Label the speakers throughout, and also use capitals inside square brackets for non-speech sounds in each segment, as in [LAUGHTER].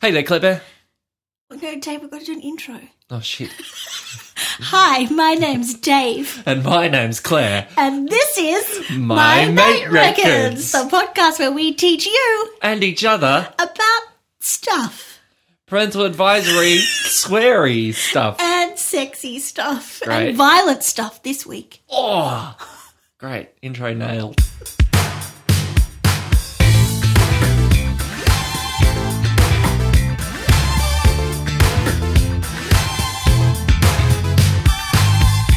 Speaker 1: Hey there, Claire.
Speaker 2: No, Dave, we've got to do an intro.
Speaker 1: Oh shit.
Speaker 2: Hi, my name's Dave,
Speaker 1: [LAUGHS] And my name's Claire.
Speaker 2: and this is
Speaker 1: My Mate Records.
Speaker 2: the podcast where we teach you
Speaker 1: And each other,
Speaker 2: about stuff
Speaker 1: parental advisory, sweary stuff.
Speaker 2: and sexy stuff
Speaker 1: Great.
Speaker 2: and violent stuff this week.
Speaker 1: Oh, great. Intro nailed.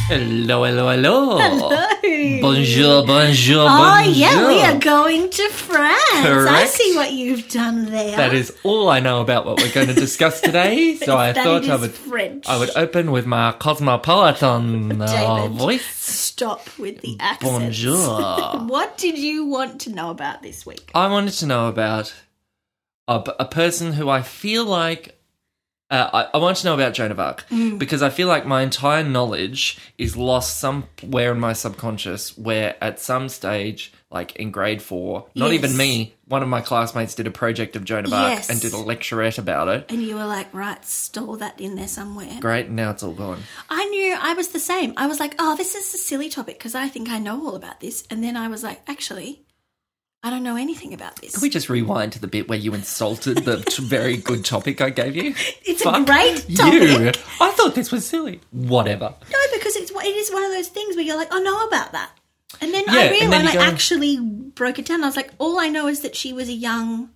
Speaker 1: Hello, hello, hello. Bonjour, bonjour,
Speaker 2: Oh,
Speaker 1: bonjour.
Speaker 2: yeah, we are going to France. I
Speaker 1: Correct.
Speaker 2: see what you've done there.
Speaker 1: That is all I know about what we're going to discuss
Speaker 2: [LAUGHS]
Speaker 1: today. So I
Speaker 2: That it
Speaker 1: thought I
Speaker 2: is
Speaker 1: would
Speaker 2: French.
Speaker 1: I would open with my
Speaker 2: [LAUGHS]
Speaker 1: cosmopolitan uh,
Speaker 2: David.
Speaker 1: voice.
Speaker 2: Stop with the accents.
Speaker 1: Bonjour.
Speaker 2: [LAUGHS] what did you want to know about this week?
Speaker 1: I wanted to know about a, a person who I feel like. Uh, I, I want to know about Joan of Arc
Speaker 2: Mm.
Speaker 1: because I feel like my entire knowledge is lost somewhere in my subconscious. Where at some stage, like in grade four, not
Speaker 2: Yes.
Speaker 1: even me, one of my classmates did a project of Joan of Arc
Speaker 2: Yes.
Speaker 1: and did a lecturette about it.
Speaker 2: And you were like, right, store that in there somewhere.
Speaker 1: Great, now it's all gone.
Speaker 2: I knew I was the same. I was like, oh, this is a silly topic because I think I know all about this. And then I was like, actually, I don't know anything about this.
Speaker 1: Can we just rewind to the bit where you insulted the t- very good topic I gave you?
Speaker 2: It's a
Speaker 1: Fuck
Speaker 2: great
Speaker 1: You.
Speaker 2: topic.
Speaker 1: I thought this was silly. Whatever.
Speaker 2: No, because it's it is one of those things where you're like, oh, I know about that. And then
Speaker 1: Yeah,
Speaker 2: I
Speaker 1: and
Speaker 2: realized
Speaker 1: then you
Speaker 2: I
Speaker 1: go-
Speaker 2: actually broke it down. I was like, all I know is that she was a young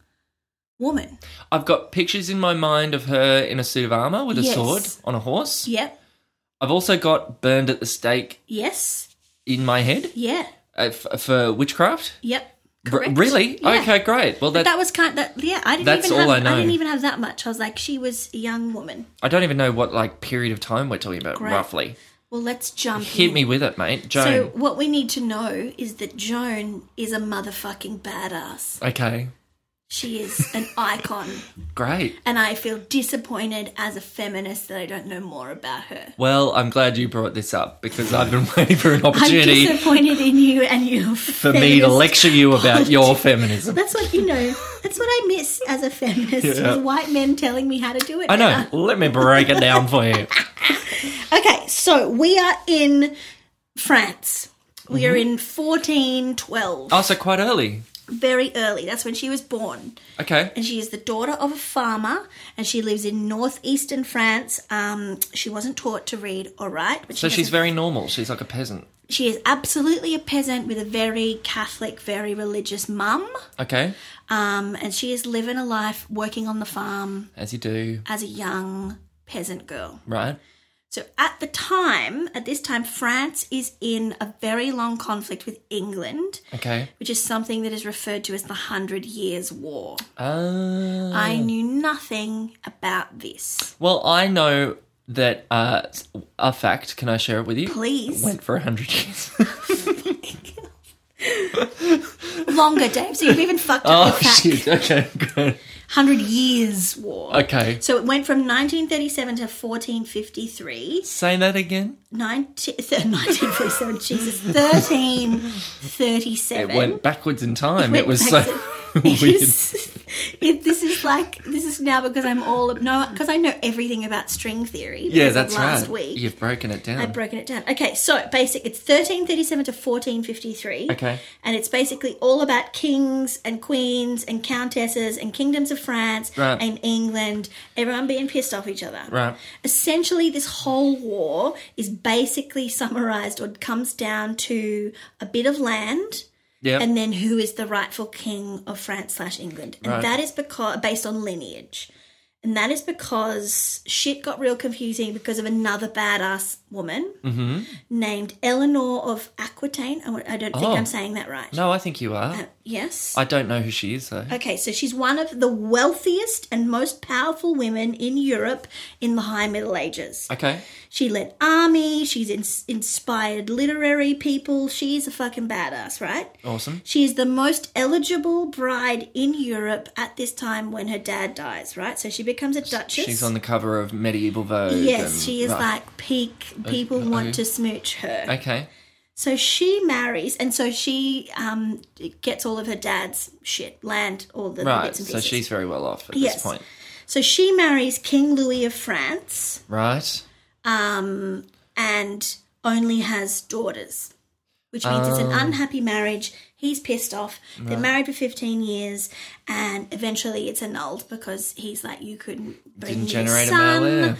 Speaker 2: woman.
Speaker 1: I've got pictures in my mind of her in a suit of armor with a
Speaker 2: Yes.
Speaker 1: sword on a horse.
Speaker 2: Yep.
Speaker 1: I've also got burned at the stake
Speaker 2: Yes.
Speaker 1: in my head
Speaker 2: Yeah.
Speaker 1: uh, f- for witchcraft.
Speaker 2: Yep.
Speaker 1: R-
Speaker 2: Correct.
Speaker 1: really?
Speaker 2: Yeah.
Speaker 1: Okay, great. Well, that,
Speaker 2: That was kind that yeah, I didn't
Speaker 1: That's
Speaker 2: even
Speaker 1: all
Speaker 2: have
Speaker 1: I know.
Speaker 2: didn't even have that much. I was like, she was a young woman.
Speaker 1: I don't even know what like period of time we're talking about
Speaker 2: Great.
Speaker 1: roughly.
Speaker 2: Well let's jump
Speaker 1: Hit
Speaker 2: in.
Speaker 1: me with it, mate, Joan.
Speaker 2: So what we need to know is that Joan is a motherfucking badass.
Speaker 1: okay,
Speaker 2: She is
Speaker 1: [LAUGHS]
Speaker 2: an icon,
Speaker 1: great.
Speaker 2: and I feel disappointed as a feminist that I don't know more about her.
Speaker 1: Well, I'm glad you brought this up because I've been [LAUGHS] waiting for an
Speaker 2: I'm
Speaker 1: opportunity
Speaker 2: disappointed in you and
Speaker 1: [LAUGHS]
Speaker 2: you
Speaker 1: for me to lecture you about your feminism.
Speaker 2: That's what you know. That's what I miss as a feminist: is
Speaker 1: Yeah.
Speaker 2: white men telling me how to do it.
Speaker 1: I know.
Speaker 2: better.
Speaker 1: Let me break it down for [LAUGHS] you.
Speaker 2: Okay, so we are in France. We are
Speaker 1: Mm-hmm.
Speaker 2: in 1412,
Speaker 1: Oh, so quite early.
Speaker 2: very early. That's when she was born.
Speaker 1: Okay.
Speaker 2: and she is the daughter of a farmer and she lives in northeastern france um, she wasn't taught to read or write but
Speaker 1: So
Speaker 2: she,
Speaker 1: she's
Speaker 2: doesn't-
Speaker 1: very normal. She's like a peasant.
Speaker 2: she is absolutely a peasant with a very catholic very religious mum
Speaker 1: Okay.
Speaker 2: um, and she is living a life working on the farm
Speaker 1: As you do.
Speaker 2: as a young peasant girl
Speaker 1: Right.
Speaker 2: so at the time at this time france is in a very long conflict with england
Speaker 1: Okay.
Speaker 2: which is something that is referred to as the hundred years war
Speaker 1: Uh,
Speaker 2: i knew nothing about this
Speaker 1: well, I know that uh, a fact. Can I share it with you?
Speaker 2: please
Speaker 1: Went for a hundred
Speaker 2: [LAUGHS]
Speaker 1: years.
Speaker 2: longer, Dave. So you've even fucked up
Speaker 1: oh
Speaker 2: the fact.
Speaker 1: shit. Okay. Good.
Speaker 2: Hundred Years War.
Speaker 1: Okay.
Speaker 2: So it went from 1937 to 1453.
Speaker 1: Say that again.
Speaker 2: [LAUGHS] 19, 1947, Jesus, 1337.
Speaker 1: It went backwards in time. It,
Speaker 2: Went
Speaker 1: was
Speaker 2: back
Speaker 1: so [LAUGHS]
Speaker 2: to-
Speaker 1: weird.
Speaker 2: [LAUGHS] It is- it- this is like this is now because I'm all no because I know everything about string theory.
Speaker 1: yeah,
Speaker 2: because of
Speaker 1: that's
Speaker 2: last
Speaker 1: right.
Speaker 2: week.
Speaker 1: You've broken it down.
Speaker 2: I've broken it down. Okay, so basic. It's 1337 to 1453.
Speaker 1: Okay.
Speaker 2: And it's basically all about kings and queens and countesses and kingdoms of France
Speaker 1: Right.
Speaker 2: and England, everyone being pissed off each other.
Speaker 1: right.
Speaker 2: Essentially, this whole war is basically summarized or comes down to a bit of land.
Speaker 1: Yeah.
Speaker 2: And then who is the rightful king of France slash England? And
Speaker 1: Right.
Speaker 2: that is because based on lineage. And that is because shit got real confusing because of another badass woman
Speaker 1: Mm-hmm.
Speaker 2: named Eleanor of Aquitaine. I wa- I don't think
Speaker 1: Oh.
Speaker 2: I'm saying that right.
Speaker 1: no, I think you are.
Speaker 2: Uh, yes.
Speaker 1: I don't know who she is though.
Speaker 2: okay, so she's one of the wealthiest and most powerful women in Europe in the High Middle Ages.
Speaker 1: Okay.
Speaker 2: She led army. She's ins inspired literary people. She's a fucking badass, right?
Speaker 1: Awesome.
Speaker 2: She is the most eligible bride in Europe at this time when her dad dies, right? So she becomes a duchess.
Speaker 1: She's on the cover of Medieval Vogue.
Speaker 2: Yes,
Speaker 1: and-
Speaker 2: she is
Speaker 1: right.
Speaker 2: like peak. People
Speaker 1: okay.
Speaker 2: want to smooch her.
Speaker 1: Okay.
Speaker 2: So she marries, and so she um, gets all of her dad's shit, land, all the
Speaker 1: Right.
Speaker 2: bits and
Speaker 1: So
Speaker 2: pieces.
Speaker 1: she's very well off at
Speaker 2: Yes.
Speaker 1: this point.
Speaker 2: So she marries King Louis of France
Speaker 1: right?
Speaker 2: um, and only has daughters, which means it's an
Speaker 1: Ah.
Speaker 2: unhappy marriage. He's pissed off. They're married for 15 years, and eventually it's annulled because he's like, You couldn't
Speaker 1: Didn't
Speaker 2: bring me
Speaker 1: generate
Speaker 2: a
Speaker 1: a
Speaker 2: son.
Speaker 1: male heir."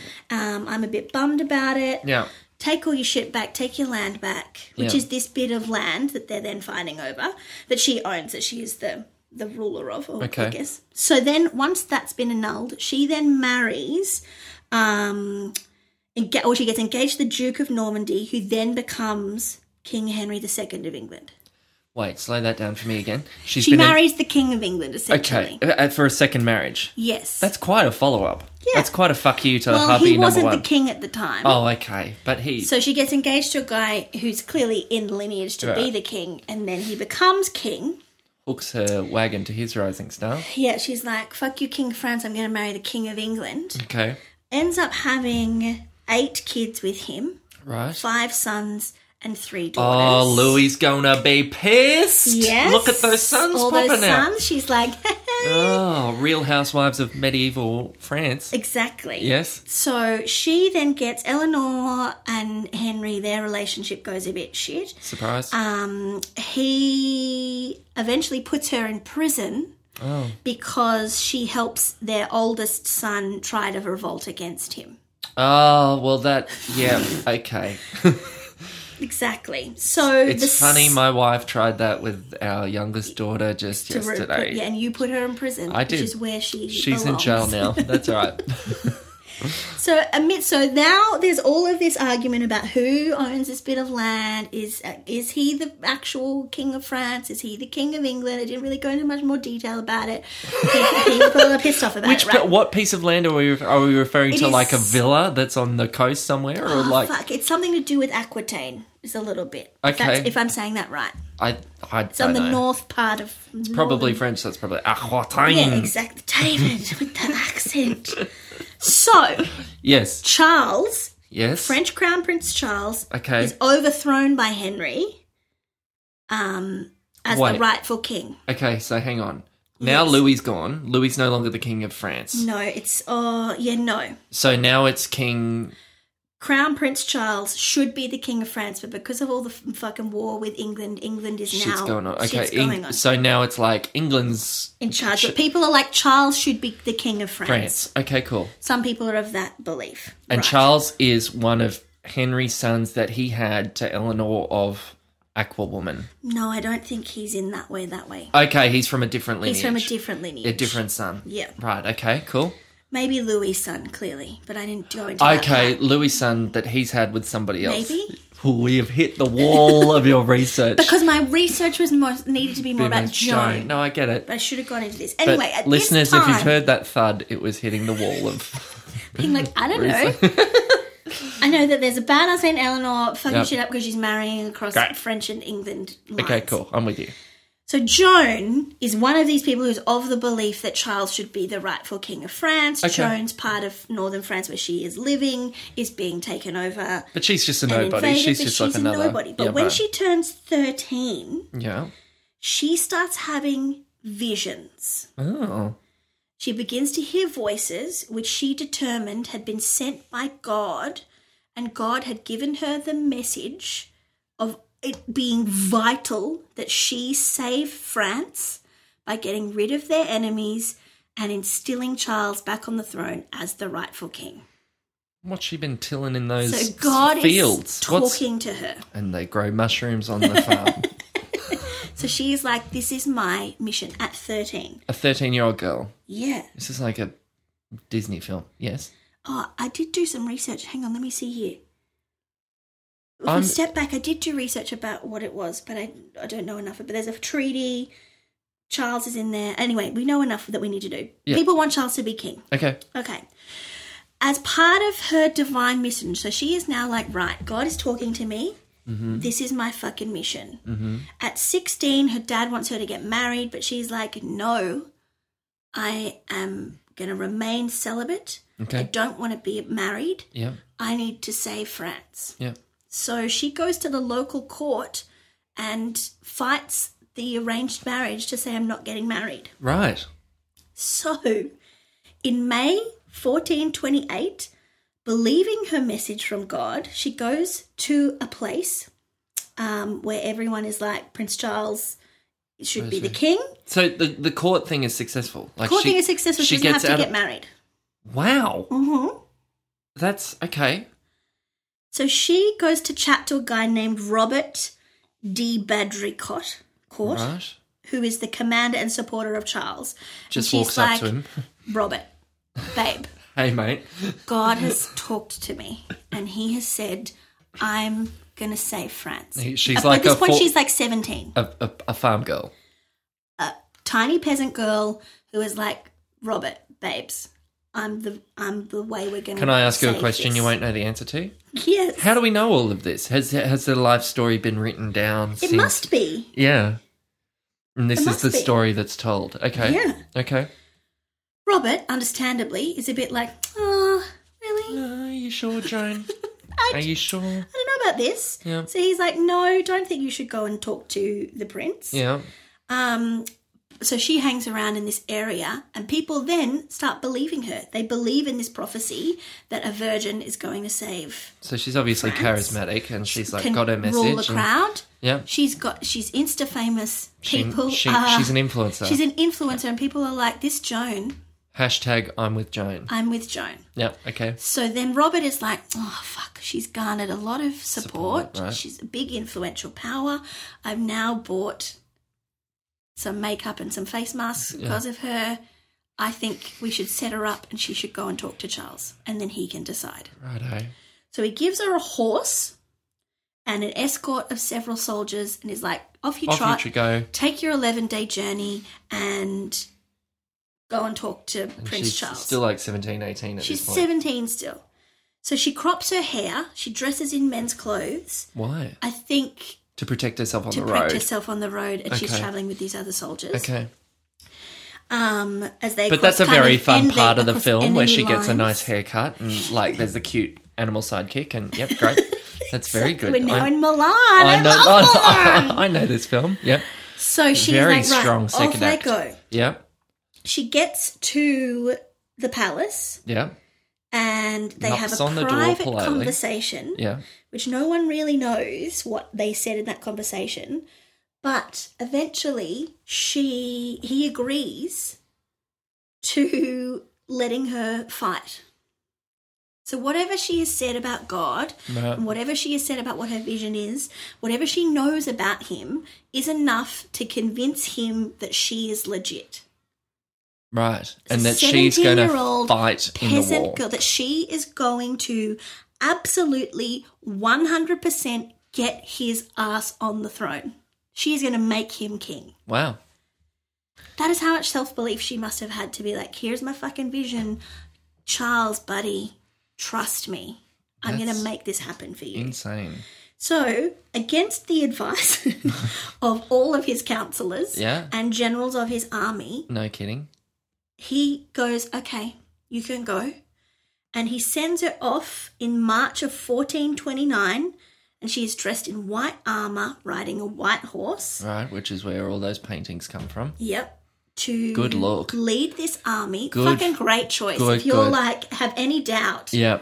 Speaker 2: um, I'm a bit bummed about it.
Speaker 1: Yeah.
Speaker 2: Take all your shit back, take your land back, which
Speaker 1: Yeah.
Speaker 2: is this bit of land that they're then fighting over that she owns, that she is the, the ruler of, or I
Speaker 1: Okay.
Speaker 2: guess. So then, once that's been annulled, she then marries um, enga- or she gets engaged to the Duke of Normandy, who then becomes King Henry II of England.
Speaker 1: Wait, slow that down for me again. She's
Speaker 2: She
Speaker 1: been in-
Speaker 2: marries the King of England, essentially.
Speaker 1: okay uh, for a second marriage.
Speaker 2: Yes.
Speaker 1: That's quite a follow up.
Speaker 2: Yeah.
Speaker 1: That's quite a fuck you to
Speaker 2: well,
Speaker 1: hubby
Speaker 2: he
Speaker 1: number
Speaker 2: wasn't the
Speaker 1: one.
Speaker 2: king at the time.
Speaker 1: oh, okay, but he.
Speaker 2: So she gets engaged to a guy who's clearly in lineage to be
Speaker 1: Right.
Speaker 2: the king, and then he becomes king.
Speaker 1: hooks her wagon to his rising star.
Speaker 2: Yeah, she's like, fuck you, King of France, I'm going to marry the King of England.
Speaker 1: Okay,
Speaker 2: Ends up having eight kids with him
Speaker 1: right.
Speaker 2: five sons and three daughters.
Speaker 1: Oh, Louis gonna be pissed.
Speaker 2: Yes.
Speaker 1: Look at those sons
Speaker 2: All
Speaker 1: popping
Speaker 2: those
Speaker 1: out.
Speaker 2: sons. She's like, [LAUGHS]
Speaker 1: Oh, Real Housewives of Medieval France.
Speaker 2: exactly.
Speaker 1: Yes.
Speaker 2: So she then gets Eleanor and Henry. Their relationship goes a bit shit.
Speaker 1: Surprise.
Speaker 2: Um, he eventually puts her in prison
Speaker 1: oh,
Speaker 2: because she helps their oldest son try to revolt against him.
Speaker 1: oh, well that.
Speaker 2: [LAUGHS]
Speaker 1: Yeah. Okay.
Speaker 2: Exactly. So
Speaker 1: It's
Speaker 2: the
Speaker 1: funny.
Speaker 2: s-
Speaker 1: My wife tried that with our youngest daughter just
Speaker 2: to re- put-
Speaker 1: yesterday.
Speaker 2: yeah, and you put her in prison.
Speaker 1: I did.
Speaker 2: Which is where she
Speaker 1: She's in jail
Speaker 2: belongs.
Speaker 1: now. That's all
Speaker 2: [LAUGHS]
Speaker 1: right.
Speaker 2: So admit so now there's all of this argument about who owns this bit of land. Is uh, is he the actual king of France? Is he the king of England? I didn't really go into much more detail
Speaker 1: [LAUGHS]
Speaker 2: about it. Pe- People got a little pissed off about
Speaker 1: Which
Speaker 2: it. Right?
Speaker 1: but what piece of land are we are we referring
Speaker 2: It
Speaker 1: to? Like a
Speaker 2: is-
Speaker 1: villa that's on the coast somewhere, or
Speaker 2: Oh,
Speaker 1: like
Speaker 2: fuck! It's something to do with Aquitaine. It's a little bit. If, that's-
Speaker 1: Okay.
Speaker 2: if I'm saying that right,
Speaker 1: I I
Speaker 2: it's on
Speaker 1: don't
Speaker 2: the
Speaker 1: know.
Speaker 2: north part of. It's
Speaker 1: Probably French. That's probably Ah, Aquitaine.
Speaker 2: Yeah, exactly. David with that
Speaker 1: [LAUGHS]
Speaker 2: accent. So
Speaker 1: Yes.
Speaker 2: Charles,
Speaker 1: Yes.
Speaker 2: French Crown Prince Charles,
Speaker 1: Okay.
Speaker 2: is overthrown by Henry um, as the
Speaker 1: Wait.
Speaker 2: rightful king.
Speaker 1: Okay, so hang on. Now
Speaker 2: Yes.
Speaker 1: Louis's gone. Louis's no longer the king of France.
Speaker 2: No, it's, oh, yeah, no.
Speaker 1: So now it's king.
Speaker 2: Crown Prince Charles should be the king of France, but because of all the f- fucking war with England, England is
Speaker 1: Shit's
Speaker 2: now
Speaker 1: going on. Okay,
Speaker 2: shit's
Speaker 1: Eng-
Speaker 2: going on.
Speaker 1: so now it's like England's
Speaker 2: in charge. But people are like Charles should be the king of France.
Speaker 1: France. Okay, cool.
Speaker 2: Some people are of that belief.
Speaker 1: And
Speaker 2: Right.
Speaker 1: Charles is one of Henry's sons that he had to Eleanor of Aquawoman.
Speaker 2: No, I don't think he's in that way. That way,
Speaker 1: Okay, he's from a different lineage.
Speaker 2: he's from a different lineage.
Speaker 1: a different son.
Speaker 2: Yeah.
Speaker 1: Right. Okay. Cool.
Speaker 2: Maybe Louis' son, clearly, but I didn't go into that.
Speaker 1: Okay,
Speaker 2: part.
Speaker 1: Louis' son that he's had with somebody else.
Speaker 2: Maybe.
Speaker 1: We have hit the wall of your research.
Speaker 2: [LAUGHS] because my research was most needed to be more about Joan.
Speaker 1: No, I get it.
Speaker 2: I should have gone into this.
Speaker 1: But
Speaker 2: Anyway, at
Speaker 1: listeners,
Speaker 2: this time,
Speaker 1: if you've heard that thud, it was hitting the wall
Speaker 2: [LAUGHS]
Speaker 1: of.
Speaker 2: being like, I don't
Speaker 1: [LAUGHS]
Speaker 2: know. I know that there's a badass in Eleanor fucking
Speaker 1: Yep.
Speaker 2: shit up because she's marrying across
Speaker 1: Great.
Speaker 2: French and England lines.
Speaker 1: Okay, cool. I'm with you.
Speaker 2: So Joan is one of these people who's of the belief that Charles should be the rightful king of France.
Speaker 1: Okay.
Speaker 2: Joan's part of northern France where she is living is being taken over
Speaker 1: But she's just a
Speaker 2: and
Speaker 1: nobody.
Speaker 2: invaded,
Speaker 1: She's
Speaker 2: but
Speaker 1: just
Speaker 2: she's
Speaker 1: like
Speaker 2: a
Speaker 1: another.
Speaker 2: nobody. But
Speaker 1: yeah,
Speaker 2: when
Speaker 1: right.
Speaker 2: she turns 13,
Speaker 1: Yeah.
Speaker 2: she starts having visions.
Speaker 1: Oh.
Speaker 2: She begins to hear voices which she determined had been sent by God, and God had given her the message of it being vital that she save France by getting rid of their enemies and instilling Charles back on the throne as the rightful king.
Speaker 1: What's she been tilling in those
Speaker 2: So God
Speaker 1: fields?
Speaker 2: is
Speaker 1: What's-
Speaker 2: talking to her.
Speaker 1: And they grow mushrooms on the
Speaker 2: [LAUGHS]
Speaker 1: farm.
Speaker 2: So she is like, This is my mission at 13.
Speaker 1: a 13 year old girl.
Speaker 2: Yeah.
Speaker 1: This is like a Disney film. Yes.
Speaker 2: Oh, I did do some research. Hang on, let me see here. If we
Speaker 1: I'm-
Speaker 2: step back, I did do research about what it was, but I, I don't know enough. But there's a treaty. Charles is in there. Anyway, we know enough that we need to do.
Speaker 1: Yeah.
Speaker 2: People want Charles to be king.
Speaker 1: Okay.
Speaker 2: Okay. As part of her divine mission, so she is now like, right, God is talking to me. This is my fucking mission. At 16, her dad wants her to get married, but she's like, no, I am going to remain celibate. I
Speaker 1: Okay.
Speaker 2: don't want to be married.
Speaker 1: Yeah.
Speaker 2: I need to save France.
Speaker 1: Yeah.
Speaker 2: So she goes to the local court and fights the arranged marriage to say, I'm not getting married.
Speaker 1: Right.
Speaker 2: So In May 1428, believing her message from God, she goes to a place um, where everyone is like, Prince Charles should be the king.
Speaker 1: So the the court thing is successful. Like
Speaker 2: Court
Speaker 1: she-
Speaker 2: thing is successful. She, doesn't have to
Speaker 1: out
Speaker 2: get
Speaker 1: of-
Speaker 2: married.
Speaker 1: Wow,
Speaker 2: hmm
Speaker 1: that's okay.
Speaker 2: So she goes to chat to a guy named Robert D. Badricourt, Court,
Speaker 1: Right,
Speaker 2: who is the commander and supporter of Charles. And
Speaker 1: just
Speaker 2: she's
Speaker 1: walks up
Speaker 2: like,
Speaker 1: to him. [LAUGHS]
Speaker 2: Robert, babe,
Speaker 1: Hey, mate.
Speaker 2: God has talked to me, and He has said, "I'm going to save France."
Speaker 1: He- she's
Speaker 2: at,
Speaker 1: like
Speaker 2: at this
Speaker 1: a
Speaker 2: point,
Speaker 1: four-
Speaker 2: she's like 17,
Speaker 1: A, a, a farm girl.
Speaker 2: a tiny peasant girl who is like, "Robert, babes, I'm the I'm the way we're going to."
Speaker 1: Can I ask you a question you won't know the answer to?
Speaker 2: Yes,
Speaker 1: How do we know all of this? Has has their life story been written down?
Speaker 2: it must be.
Speaker 1: Yeah. And this
Speaker 2: It
Speaker 1: is the
Speaker 2: must be.
Speaker 1: story that's told. Okay.
Speaker 2: Yeah. [LAUGHS]
Speaker 1: Okay.
Speaker 2: Robert, understandably, is a bit like, "Oh, really?
Speaker 1: Are you sure, Joan?
Speaker 2: [LAUGHS] I,
Speaker 1: Are you sure?
Speaker 2: I don't know about this."
Speaker 1: Yeah.
Speaker 2: So he's like, "No, don't think you should go and talk to the prince."
Speaker 1: Yeah.
Speaker 2: Um, so she hangs around in this area, and people then start believing her. They believe in this prophecy that a virgin is going to save,
Speaker 1: So she's obviously
Speaker 2: France
Speaker 1: charismatic and she's like
Speaker 2: can
Speaker 1: got her
Speaker 2: rule the
Speaker 1: message. and-
Speaker 2: crowd.
Speaker 1: yeah.
Speaker 2: She's got she's insta famous.
Speaker 1: She-
Speaker 2: People,
Speaker 1: she-
Speaker 2: are-
Speaker 1: she's an influencer.
Speaker 2: She's an influencer, and people are like, "This Joan,
Speaker 1: Hashtag I'm with Joan.
Speaker 2: I'm with Joan."
Speaker 1: Yeah. Okay.
Speaker 2: So then Robert is like, oh, fuck, she's garnered a lot of support.
Speaker 1: Support, right.
Speaker 2: She's a big influential power. I've now bought some makeup and some face masks because of her. I think we should set her up and she should go and talk to Charles and then he can decide.
Speaker 1: Righto.
Speaker 2: So he gives her a horse and an escort of several soldiers and is like, off you
Speaker 1: Off
Speaker 2: trot,
Speaker 1: you go.
Speaker 2: take your 11 day journey and go and talk to
Speaker 1: And
Speaker 2: Prince
Speaker 1: she's
Speaker 2: Charles.
Speaker 1: still like 17, 18 at
Speaker 2: She's
Speaker 1: this point.
Speaker 2: 17 still. So she crops her hair, she dresses in men's clothes,
Speaker 1: Why?
Speaker 2: I think
Speaker 1: To protect herself on
Speaker 2: to
Speaker 1: the
Speaker 2: protect
Speaker 1: road.
Speaker 2: herself on the road and she's
Speaker 1: Okay.
Speaker 2: traveling with these other soldiers.
Speaker 1: Okay.
Speaker 2: Um, as they
Speaker 1: But
Speaker 2: cross
Speaker 1: that's a
Speaker 2: kind
Speaker 1: very
Speaker 2: of
Speaker 1: fun
Speaker 2: enemy-
Speaker 1: part of the
Speaker 2: across
Speaker 1: film where
Speaker 2: enemy
Speaker 1: she gets a
Speaker 2: lines.
Speaker 1: nice haircut and like there's the cute animal sidekick and yep, great. That's very good.
Speaker 2: We're now
Speaker 1: I-
Speaker 2: in Milan. I,
Speaker 1: I know, [LAUGHS]
Speaker 2: love Milan.
Speaker 1: I know this film. Yep.
Speaker 2: so she's
Speaker 1: Very
Speaker 2: like, right,
Speaker 1: strong second
Speaker 2: off
Speaker 1: act.
Speaker 2: they go.
Speaker 1: Yep.
Speaker 2: She gets to the palace
Speaker 1: Yep.
Speaker 2: and they
Speaker 1: Knocks
Speaker 2: have a
Speaker 1: on the door
Speaker 2: private
Speaker 1: politely.
Speaker 2: conversation.
Speaker 1: Yeah.
Speaker 2: which no one really knows what they said in that conversation. But eventually, she he agrees to letting her fight. So whatever she has said about God,
Speaker 1: Right.
Speaker 2: and whatever she has said about what her vision is, whatever she knows about him, is enough to convince him that she is legit.
Speaker 1: Right. And
Speaker 2: a
Speaker 1: that she's going to
Speaker 2: 17-year-old
Speaker 1: fight in the war.
Speaker 2: Peasant girl, that she is going to absolutely 100% get his ass on the throne. She is going to make him king.
Speaker 1: Wow.
Speaker 2: That is how much self belief she must have had to be like, here's my fucking vision. Charles, buddy, trust me. I'm going to
Speaker 1: That's
Speaker 2: make this happen for you.
Speaker 1: Insane.
Speaker 2: So, against the advice [LAUGHS] of all of his counselors
Speaker 1: Yeah.
Speaker 2: and generals of his army,
Speaker 1: No kidding.
Speaker 2: he goes, okay, you can go. And he sends her off in March of 1429, and she is dressed in white armor, riding a white horse.
Speaker 1: Right. Which is where all those paintings come from.
Speaker 2: Yep. To
Speaker 1: Good look.
Speaker 2: lead this army.
Speaker 1: Good-
Speaker 2: Fucking great choice.
Speaker 1: good,
Speaker 2: if you're
Speaker 1: good.
Speaker 2: like, have any doubt
Speaker 1: Yeah.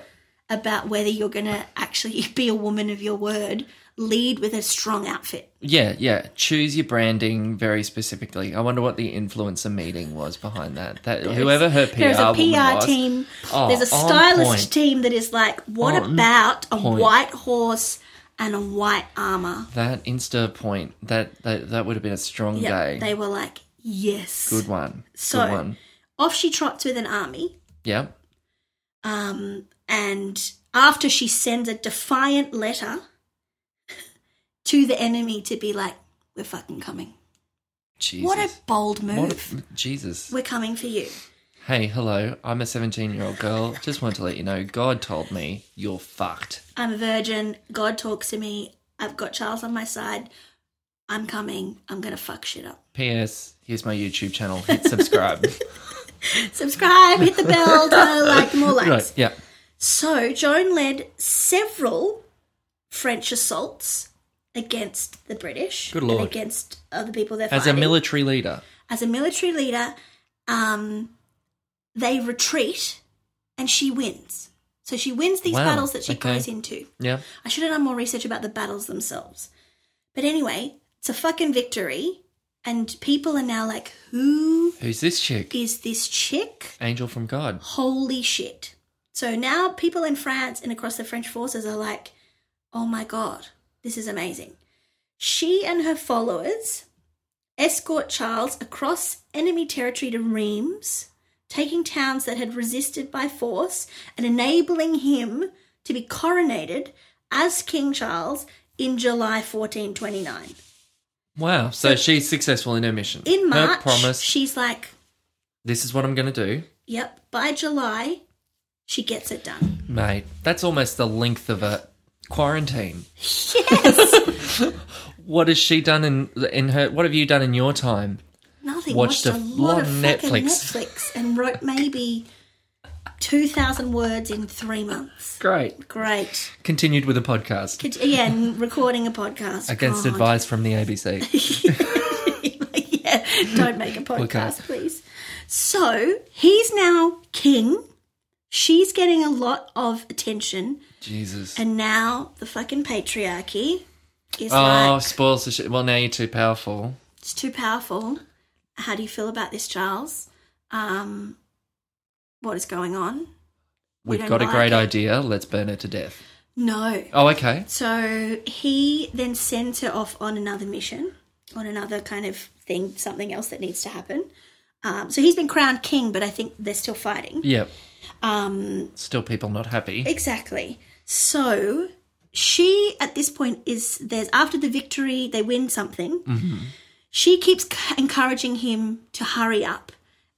Speaker 2: about whether you're going to actually [LAUGHS] be a woman of your word, lead with a strong outfit.
Speaker 1: Yeah. Yeah. Choose your branding very specifically. I wonder what the influencer meeting was behind that. That whoever her PR,
Speaker 2: There's a
Speaker 1: woman
Speaker 2: PR
Speaker 1: was,
Speaker 2: team.
Speaker 1: Oh,
Speaker 2: There's a
Speaker 1: on
Speaker 2: stylist
Speaker 1: point.
Speaker 2: team that is like, what
Speaker 1: On
Speaker 2: about a
Speaker 1: point.
Speaker 2: white horse and a white armor?
Speaker 1: That Insta point. That that, that would have been a strong
Speaker 2: Yeah,
Speaker 1: day.
Speaker 2: they were like, yes.
Speaker 1: Good one.
Speaker 2: So-
Speaker 1: Good one.
Speaker 2: Off she trots with an army,
Speaker 1: Yeah.
Speaker 2: um, and after she sends a defiant letter [LAUGHS] to the enemy to be like, we're fucking coming.
Speaker 1: Jesus.
Speaker 2: What a bold move.
Speaker 1: What a- Jesus.
Speaker 2: we're coming for you.
Speaker 1: Hey, hello. I'm a 17 year old girl. Just want to let you know God told me you're fucked.
Speaker 2: I'm a virgin. God talks to me. I've got Charles on my side. I'm coming. I'm going to fuck shit up.
Speaker 1: P.S. Here's my YouTube channel.
Speaker 2: [LAUGHS]
Speaker 1: Hit subscribe.
Speaker 2: Subscribe, hit
Speaker 1: [LAUGHS]
Speaker 2: the bell, to like more likes.
Speaker 1: right. Yeah.
Speaker 2: So Joan led several French assaults against the British
Speaker 1: Good lord.
Speaker 2: and against other people they're
Speaker 1: As a
Speaker 2: fighting.
Speaker 1: military leader.
Speaker 2: as a military leader. Um, they retreat and she wins. So she wins these
Speaker 1: Wow,
Speaker 2: battles that she
Speaker 1: okay.
Speaker 2: goes into.
Speaker 1: Yeah.
Speaker 2: I should have done more research about the battles themselves. But anyway, it's a fucking victory. And people are now like, who
Speaker 1: Who's this chick?
Speaker 2: is this chick?
Speaker 1: Angel from God.
Speaker 2: Holy shit. So now people in France and across the French forces are like, oh my God, this is amazing. She and her followers escort Charles across enemy territory to Reims, taking towns that had resisted by force and enabling him to be coronated as King Charles in July 1429.
Speaker 1: Wow. So, she's successful in her mission.
Speaker 2: In
Speaker 1: her
Speaker 2: March,
Speaker 1: promise.
Speaker 2: she's like,
Speaker 1: this is what I'm going to do.
Speaker 2: yep, by July, she gets it done.
Speaker 1: Mate, that's almost the length of a quarantine.
Speaker 2: Yes.
Speaker 1: [LAUGHS]
Speaker 2: [LAUGHS]
Speaker 1: What has she done in in her? What have you done in your time?
Speaker 2: Nothing.
Speaker 1: Watched a
Speaker 2: Watched, a, lot of
Speaker 1: lot of
Speaker 2: fucking
Speaker 1: Netflix.
Speaker 2: Netflix and wrote maybe two thousand words in three months.
Speaker 1: Great.
Speaker 2: Great.
Speaker 1: Continued with a podcast
Speaker 2: Could, yeah, and recording a podcast.
Speaker 1: against
Speaker 2: God.
Speaker 1: advice from the ABC.
Speaker 2: [LAUGHS] yeah,
Speaker 1: [LAUGHS]
Speaker 2: don't make a podcast,
Speaker 1: Okay.
Speaker 2: please. So he's now king. She's getting a lot of attention,
Speaker 1: Jesus.
Speaker 2: and now the fucking patriarchy is
Speaker 1: Oh,
Speaker 2: like
Speaker 1: spoils the shit. Well, now you're too powerful.
Speaker 2: it's too powerful. How do you feel about this, Charles? Um, what is going on?
Speaker 1: We've
Speaker 2: don't
Speaker 1: got a
Speaker 2: like
Speaker 1: great
Speaker 2: it.
Speaker 1: idea. Let's burn it to death.
Speaker 2: No.
Speaker 1: Oh, okay.
Speaker 2: So he then sends her off on another mission, on another kind of thing, something else that needs to happen. Um, so he's been crowned king, but I think they're still fighting.
Speaker 1: Yep.
Speaker 2: Um,
Speaker 1: Still, people not happy.
Speaker 2: exactly. So she, at this point, is there's after the victory, they win something. She keeps c- encouraging him to hurry up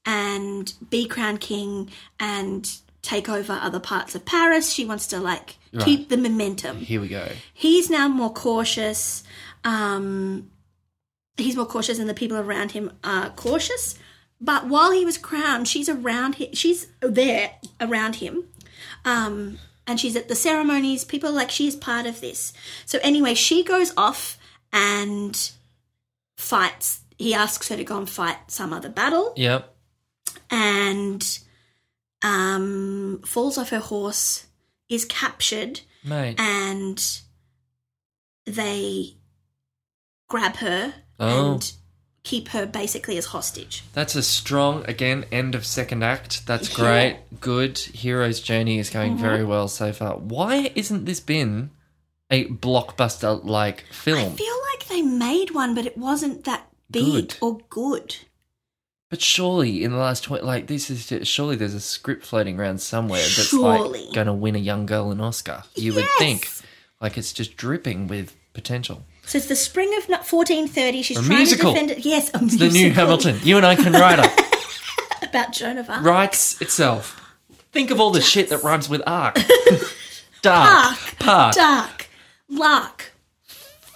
Speaker 2: and be crowned king and take over other parts of Paris. She wants to like keep the momentum
Speaker 1: Here we go.
Speaker 2: he's now more cautious. Um, he's more cautious, and the people around him are cautious. But while he was crowned, she's around. Him, she's there around him, um, and she's at the ceremonies. People are like she is part of this. So anyway, she goes off and fights. He asks her to go and fight some other battle
Speaker 1: Yep.
Speaker 2: and um, falls off her horse, is captured,
Speaker 1: Mate.
Speaker 2: and they grab her
Speaker 1: Oh.
Speaker 2: and keep her basically as hostage.
Speaker 1: That's a strong, again, end of second act. That's
Speaker 2: Yeah. Mm-hmm.
Speaker 1: great. Good. Hero's journey is going very well so far. Why isn't this been a blockbuster like
Speaker 2: I
Speaker 1: film?
Speaker 2: feel like they made one, but it wasn't that big
Speaker 1: Good.
Speaker 2: or good.
Speaker 1: but surely in the last 20, like, this is just, surely there's a script floating around somewhere that's
Speaker 2: Surely.
Speaker 1: like going to win a young girl an Oscar. You would
Speaker 2: Yes.
Speaker 1: think. Like, it's just dripping with potential.
Speaker 2: [LAUGHS] So it's the spring of not- 1430. She's
Speaker 1: A
Speaker 2: trying
Speaker 1: musical.
Speaker 2: to defend it. Yes, a
Speaker 1: The new Hamilton. You and I can write it.
Speaker 2: [LAUGHS]
Speaker 1: [LAUGHS]
Speaker 2: about Joan of Arc.
Speaker 1: writes itself. Think of all the shit that rhymes with
Speaker 2: [LAUGHS]
Speaker 1: arc. Dark. Park.
Speaker 2: Dark, lark,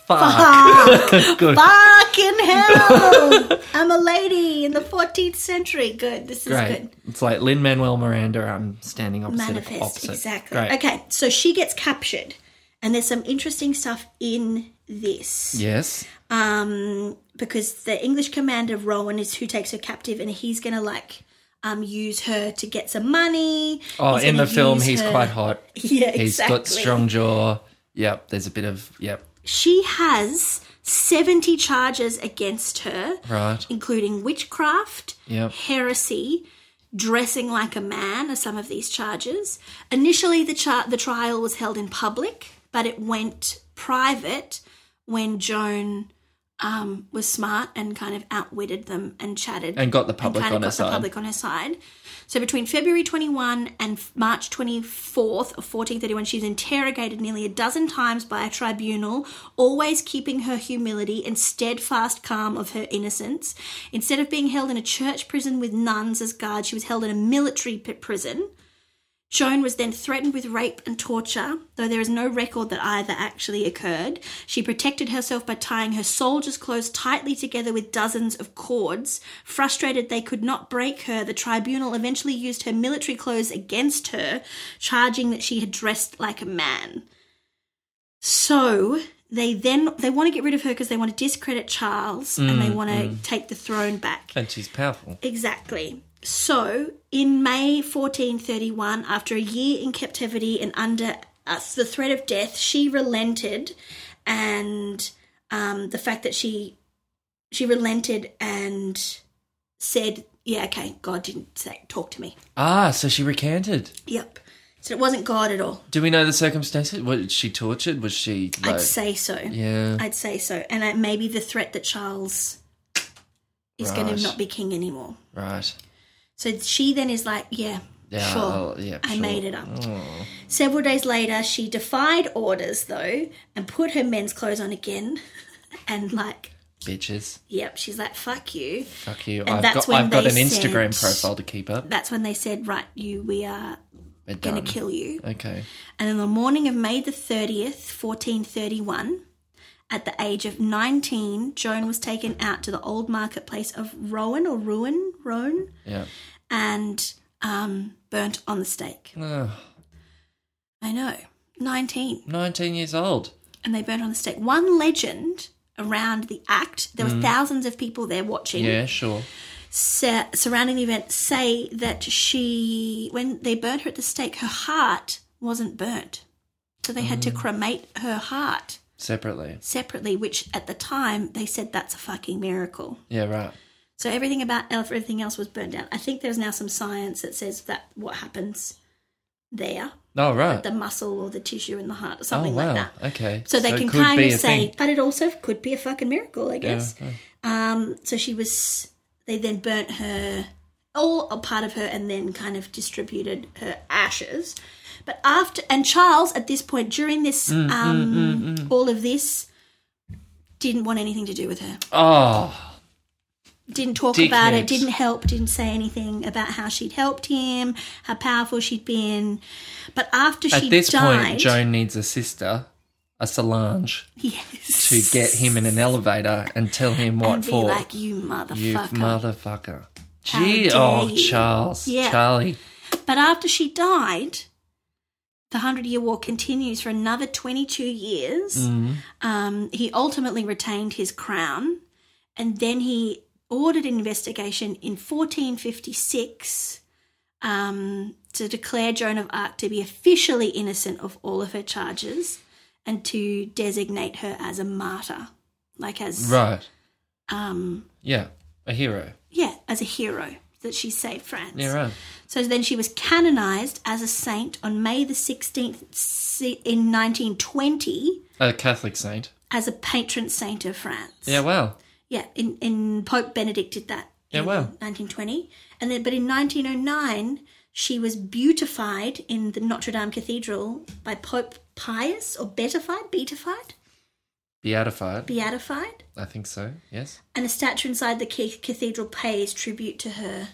Speaker 1: Fuck. [LAUGHS] Good.
Speaker 2: fucking hell! I'm a lady in the 14th century. Good, this is
Speaker 1: Great.
Speaker 2: good.
Speaker 1: It's like Lin Manuel Miranda. I'm standing opposite of
Speaker 2: manifest
Speaker 1: opposite.
Speaker 2: exactly
Speaker 1: Great.
Speaker 2: okay so she gets captured and there's some interesting stuff in this
Speaker 1: Yes.
Speaker 2: um because the english commander rowan is who takes her captive and he's gonna like um use her to get some money
Speaker 1: Oh,
Speaker 2: He's
Speaker 1: in
Speaker 2: gonna
Speaker 1: the film,
Speaker 2: use
Speaker 1: he's
Speaker 2: her-
Speaker 1: quite hot.
Speaker 2: [LAUGHS] yeah exactly
Speaker 1: He's got strong jaw. Yep. There's a bit of yep.
Speaker 2: she has 70 charges against her
Speaker 1: Right.
Speaker 2: including witchcraft,
Speaker 1: Yep.
Speaker 2: heresy, dressing like a man, are some of these charges. Initially, the, char- the trial was held in public, but it went private when Joan um, was smart and kind of outwitted them and chatted
Speaker 1: And got the public
Speaker 2: kind
Speaker 1: on
Speaker 2: of
Speaker 1: her
Speaker 2: got the
Speaker 1: side.
Speaker 2: public on her side. So between February 21 and f- March 24th of 1431, she's interrogated nearly a dozen times by a tribunal, always keeping her humility and steadfast calm of her innocence. Instead of being held in a church prison with nuns as guards, she was held in a military p- prison. Joan was then threatened with rape and torture, though there is no record that either actually occurred. She protected herself by tying her soldiers' clothes tightly together with dozens of cords. Frustrated they could not break her, the tribunal eventually used her military clothes against her, charging that she had dressed like a man. So they then they want to get rid of her because they want to discredit Charles and they want to take the throne back.
Speaker 1: And she's powerful.
Speaker 2: Exactly. So, in May 1431, after a year in captivity and under uh, the threat of death, she relented, and um, the fact that she she relented and said, "Yeah, okay, God didn't say, talk to me."
Speaker 1: Ah, so she recanted.
Speaker 2: Yep. So it wasn't God at all.
Speaker 1: Do we know the circumstances? Was she tortured? Was she like?
Speaker 2: I'd say so.
Speaker 1: yeah.
Speaker 2: I'd say so, and it may be the threat that Charles is going
Speaker 1: Right.
Speaker 2: to not be king anymore.
Speaker 1: right.
Speaker 2: So she then is like, "Yeah,
Speaker 1: Yeah.
Speaker 2: sure,
Speaker 1: I'll- yeah.
Speaker 2: I
Speaker 1: sure. Mm.
Speaker 2: made it up." Several days later, she defied orders though and put her men's clothes on again, [LAUGHS] and like,
Speaker 1: Bitches.
Speaker 2: yep, she's like, "Fuck you."
Speaker 1: Fuck you.
Speaker 2: And
Speaker 1: I've
Speaker 2: that's
Speaker 1: got.
Speaker 2: when
Speaker 1: I've got an
Speaker 2: they
Speaker 1: Instagram
Speaker 2: said-
Speaker 1: profile to keep up.
Speaker 2: That's when they said, "Right, you, we are
Speaker 1: We're
Speaker 2: going
Speaker 1: done.
Speaker 2: to kill you."
Speaker 1: Okay.
Speaker 2: And on the morning of May the thirtieth, fourteen thirty-one. At the age of 19, Joan was taken out to the old marketplace of Rowan or Ruin, Roan,
Speaker 1: Yeah.
Speaker 2: and um, burnt on the stake.
Speaker 1: Ugh.
Speaker 2: I know, 19.
Speaker 1: Nineteen years old.
Speaker 2: And they burnt on the stake. One legend around the act, there were thousands of people there watching,
Speaker 1: Mm. Yeah. Sure.
Speaker 2: sa- surrounding the event, say that she, when they burnt her at the stake, her heart wasn't burnt. So they
Speaker 1: Mm.
Speaker 2: had to cremate her heart
Speaker 1: Separately.
Speaker 2: separately, which at the time they said that's a fucking miracle.
Speaker 1: Yeah. Right.
Speaker 2: So everything about everything else was burnt down. I think there's now some science that says that what happens there
Speaker 1: Oh right.
Speaker 2: the muscle or the tissue in the heart or
Speaker 1: Oh
Speaker 2: something
Speaker 1: wow.
Speaker 2: like that.
Speaker 1: Okay.
Speaker 2: So they
Speaker 1: it
Speaker 2: can
Speaker 1: could
Speaker 2: kind
Speaker 1: be
Speaker 2: of
Speaker 1: a
Speaker 2: say,
Speaker 1: thing.
Speaker 2: but it also could be a fucking miracle, I
Speaker 1: Yeah,
Speaker 2: guess.
Speaker 1: yeah.
Speaker 2: Um, so she was, they then burnt her, all a part of her, and then kind of distributed her ashes. But after, and Charles at this point, during this,
Speaker 1: Mm,
Speaker 2: um, all of this, didn't want anything to do with her.
Speaker 1: Oh.
Speaker 2: Didn't talk about
Speaker 1: Dickhead.
Speaker 2: it, didn't help, didn't say anything about how she'd helped him, how powerful she'd been. But after she
Speaker 1: At this
Speaker 2: died,
Speaker 1: point, Joan needs a sister, a Solange,
Speaker 2: [LAUGHS] yes.
Speaker 1: to get him in an elevator and tell him what
Speaker 2: and be
Speaker 1: for.
Speaker 2: like, you motherfucker.
Speaker 1: you motherfucker.
Speaker 2: How
Speaker 1: Gee,
Speaker 2: dare
Speaker 1: oh,
Speaker 2: you.
Speaker 1: Charles.
Speaker 2: Yeah.
Speaker 1: Charlie.
Speaker 2: but after she died, the Hundred Year War continues for another 22 years.
Speaker 1: Mm-hmm.
Speaker 2: Um, he ultimately retained his crown, and then he ordered an investigation in 1456 um, to declare Joan of Arc to be officially innocent of all of her charges and to designate her as a martyr, like as
Speaker 1: Right.
Speaker 2: um,
Speaker 1: Yeah. A hero.
Speaker 2: yeah, as a hero that she saved France.
Speaker 1: Yeah, right.
Speaker 2: So then she was canonized as a saint on May the 16th si- in 1920
Speaker 1: A Catholic saint.
Speaker 2: as a patron saint of France.
Speaker 1: Yeah, wow.
Speaker 2: Yeah, in, in Pope Benedict did that.
Speaker 1: Yeah,
Speaker 2: in
Speaker 1: wow.
Speaker 2: 1920. And then but in 1909 she was beautified in the Notre Dame Cathedral by Pope Pius or beatified, beatified,
Speaker 1: Beatified.
Speaker 2: beatified,
Speaker 1: I think so. Yes.
Speaker 2: and a statue inside the ca- cathedral pays tribute to her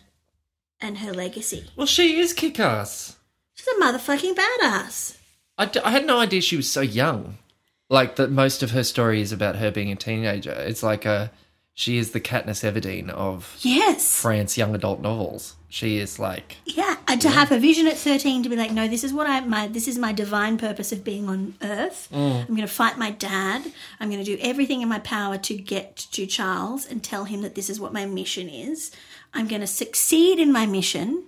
Speaker 2: and her legacy.
Speaker 1: Well, she is kick ass.
Speaker 2: She's a motherfucking badass.
Speaker 1: I, d- I had no idea she was so young. Like, that most of her story is about her being a teenager. It's like a. She is the Katniss Everdeen of
Speaker 2: Yes.
Speaker 1: France young adult novels. She is like.
Speaker 2: Yeah, and to have a vision at 13 to be like, no, this is what I my this is my divine purpose of being on earth.
Speaker 1: Mm.
Speaker 2: I'm going to fight my dad. I'm going to do everything in my power to get to Charles and tell him that this is what my mission is. I'm going to succeed in my mission.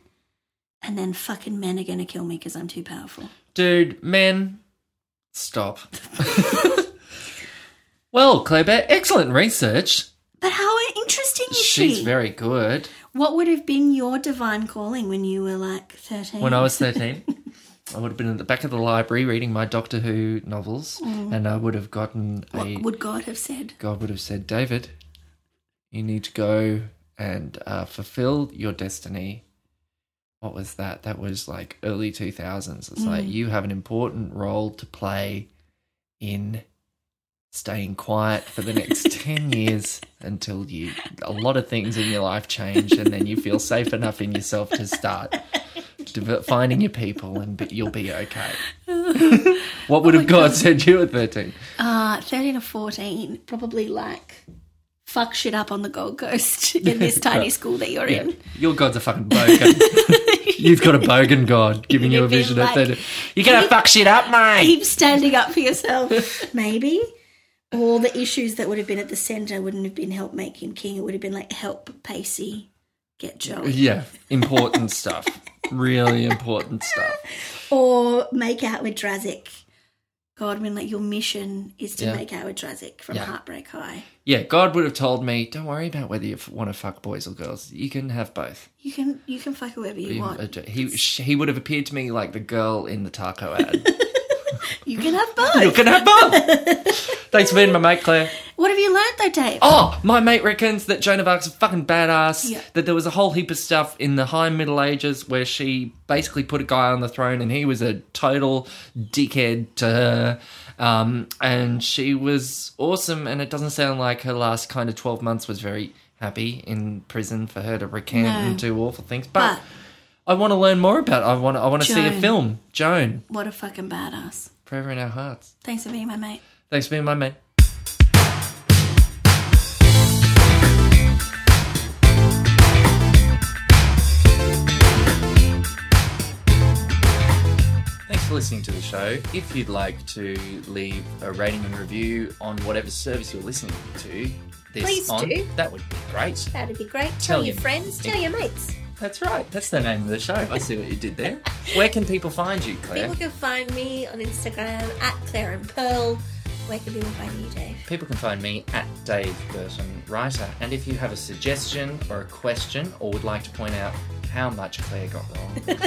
Speaker 2: And then fucking men are going to kill me because I'm too powerful.
Speaker 1: Dude, men, stop. [LAUGHS] well, Claire, excellent research.
Speaker 2: But how interesting is
Speaker 1: She's
Speaker 2: she?
Speaker 1: very good.
Speaker 2: what would have been your divine calling when you were like 13?
Speaker 1: When I
Speaker 2: [LAUGHS]
Speaker 1: was 13, I would have been at the back of the library reading my Doctor Who novels, and I would have gotten a.
Speaker 2: Mm. What would God have said?
Speaker 1: God would have said, David, you need to go and uh, fulfill your destiny. What was that? That was like early 2000s. It's like you have an important role to play in staying quiet for the next 10 years until you a lot of things in your life change and then you feel safe enough in yourself to start dev- finding your people and but you'll be okay what would have god said you at 13
Speaker 2: Uh, 13 or 14, probably like fuck shit up on the Gold Coast [LAUGHS] in
Speaker 1: [LAUGHS]
Speaker 2: this tiny school that you're
Speaker 1: Yeah.
Speaker 2: in.
Speaker 1: Your god's a fucking bogan. You've got a bogan god giving you a
Speaker 2: You'd be
Speaker 1: vision
Speaker 2: like-
Speaker 1: of that. You're gonna fuck shit up, mate.
Speaker 2: Keep standing up for yourself, maybe. All the issues that would have been at the centre wouldn't have been help make him king. It would have been like help Pacey Get Joey.
Speaker 1: Yeah, important stuff. Really important stuff.
Speaker 2: Or make out with Drazik. Godwin, like your mission is to
Speaker 1: Yeah.
Speaker 2: make out with Drazik from
Speaker 1: Yeah.
Speaker 2: Heartbreak High.
Speaker 1: Yeah, God would have told me, don't worry about whether you want to fuck boys or girls. You can have both.
Speaker 2: You can you can fuck whoever you want.
Speaker 1: He, he would have appeared to me like the girl in the taco ad.
Speaker 2: You can have both.
Speaker 1: you can have both. Thanks for being my mate, Claire.
Speaker 2: What have you learned though, Dave?
Speaker 1: Oh, my mate reckons that Joan of Arc's a fucking badass.
Speaker 2: Yeah.
Speaker 1: That there was a whole heap of stuff in the High Middle Ages where she basically put a guy on the throne and he was a total dickhead to her. Um, and she was awesome, and it doesn't sound like her last kind of 12 months was very happy in prison for her to recant
Speaker 2: No.
Speaker 1: and do awful things. But,
Speaker 2: But-
Speaker 1: I want to learn more about it. I want, I want to see a
Speaker 2: Joan.
Speaker 1: film. Joan,
Speaker 2: What a fucking badass.
Speaker 1: forever in our hearts.
Speaker 2: Thanks for being my mate.
Speaker 1: Thanks for being my mate.
Speaker 3: Thanks for listening to the show. If you'd like to leave a rating and review on whatever service you're listening to this
Speaker 4: Please
Speaker 3: on,
Speaker 4: do.
Speaker 3: that would be great.
Speaker 4: That'd be great.
Speaker 3: Tell
Speaker 4: Tell, your
Speaker 3: your-
Speaker 4: friends, tell your mates.
Speaker 3: That's right. That's the name of the show. I see what you did
Speaker 4: [LAUGHS]
Speaker 3: there. Where can people find you, Claire?
Speaker 4: People can find me on Instagram at Claire and Pearl. Where can people find you, Dave?
Speaker 3: People can find me at Dave Burton Writer. And if you have a suggestion or a question or would like to point out how much Claire got wrong,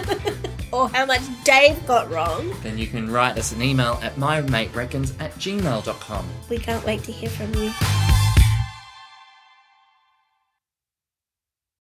Speaker 4: Or Oh, how much Dave got wrong.
Speaker 3: then you can write us an email at mymatereckons at gmail.com.
Speaker 4: We can't wait to hear from you.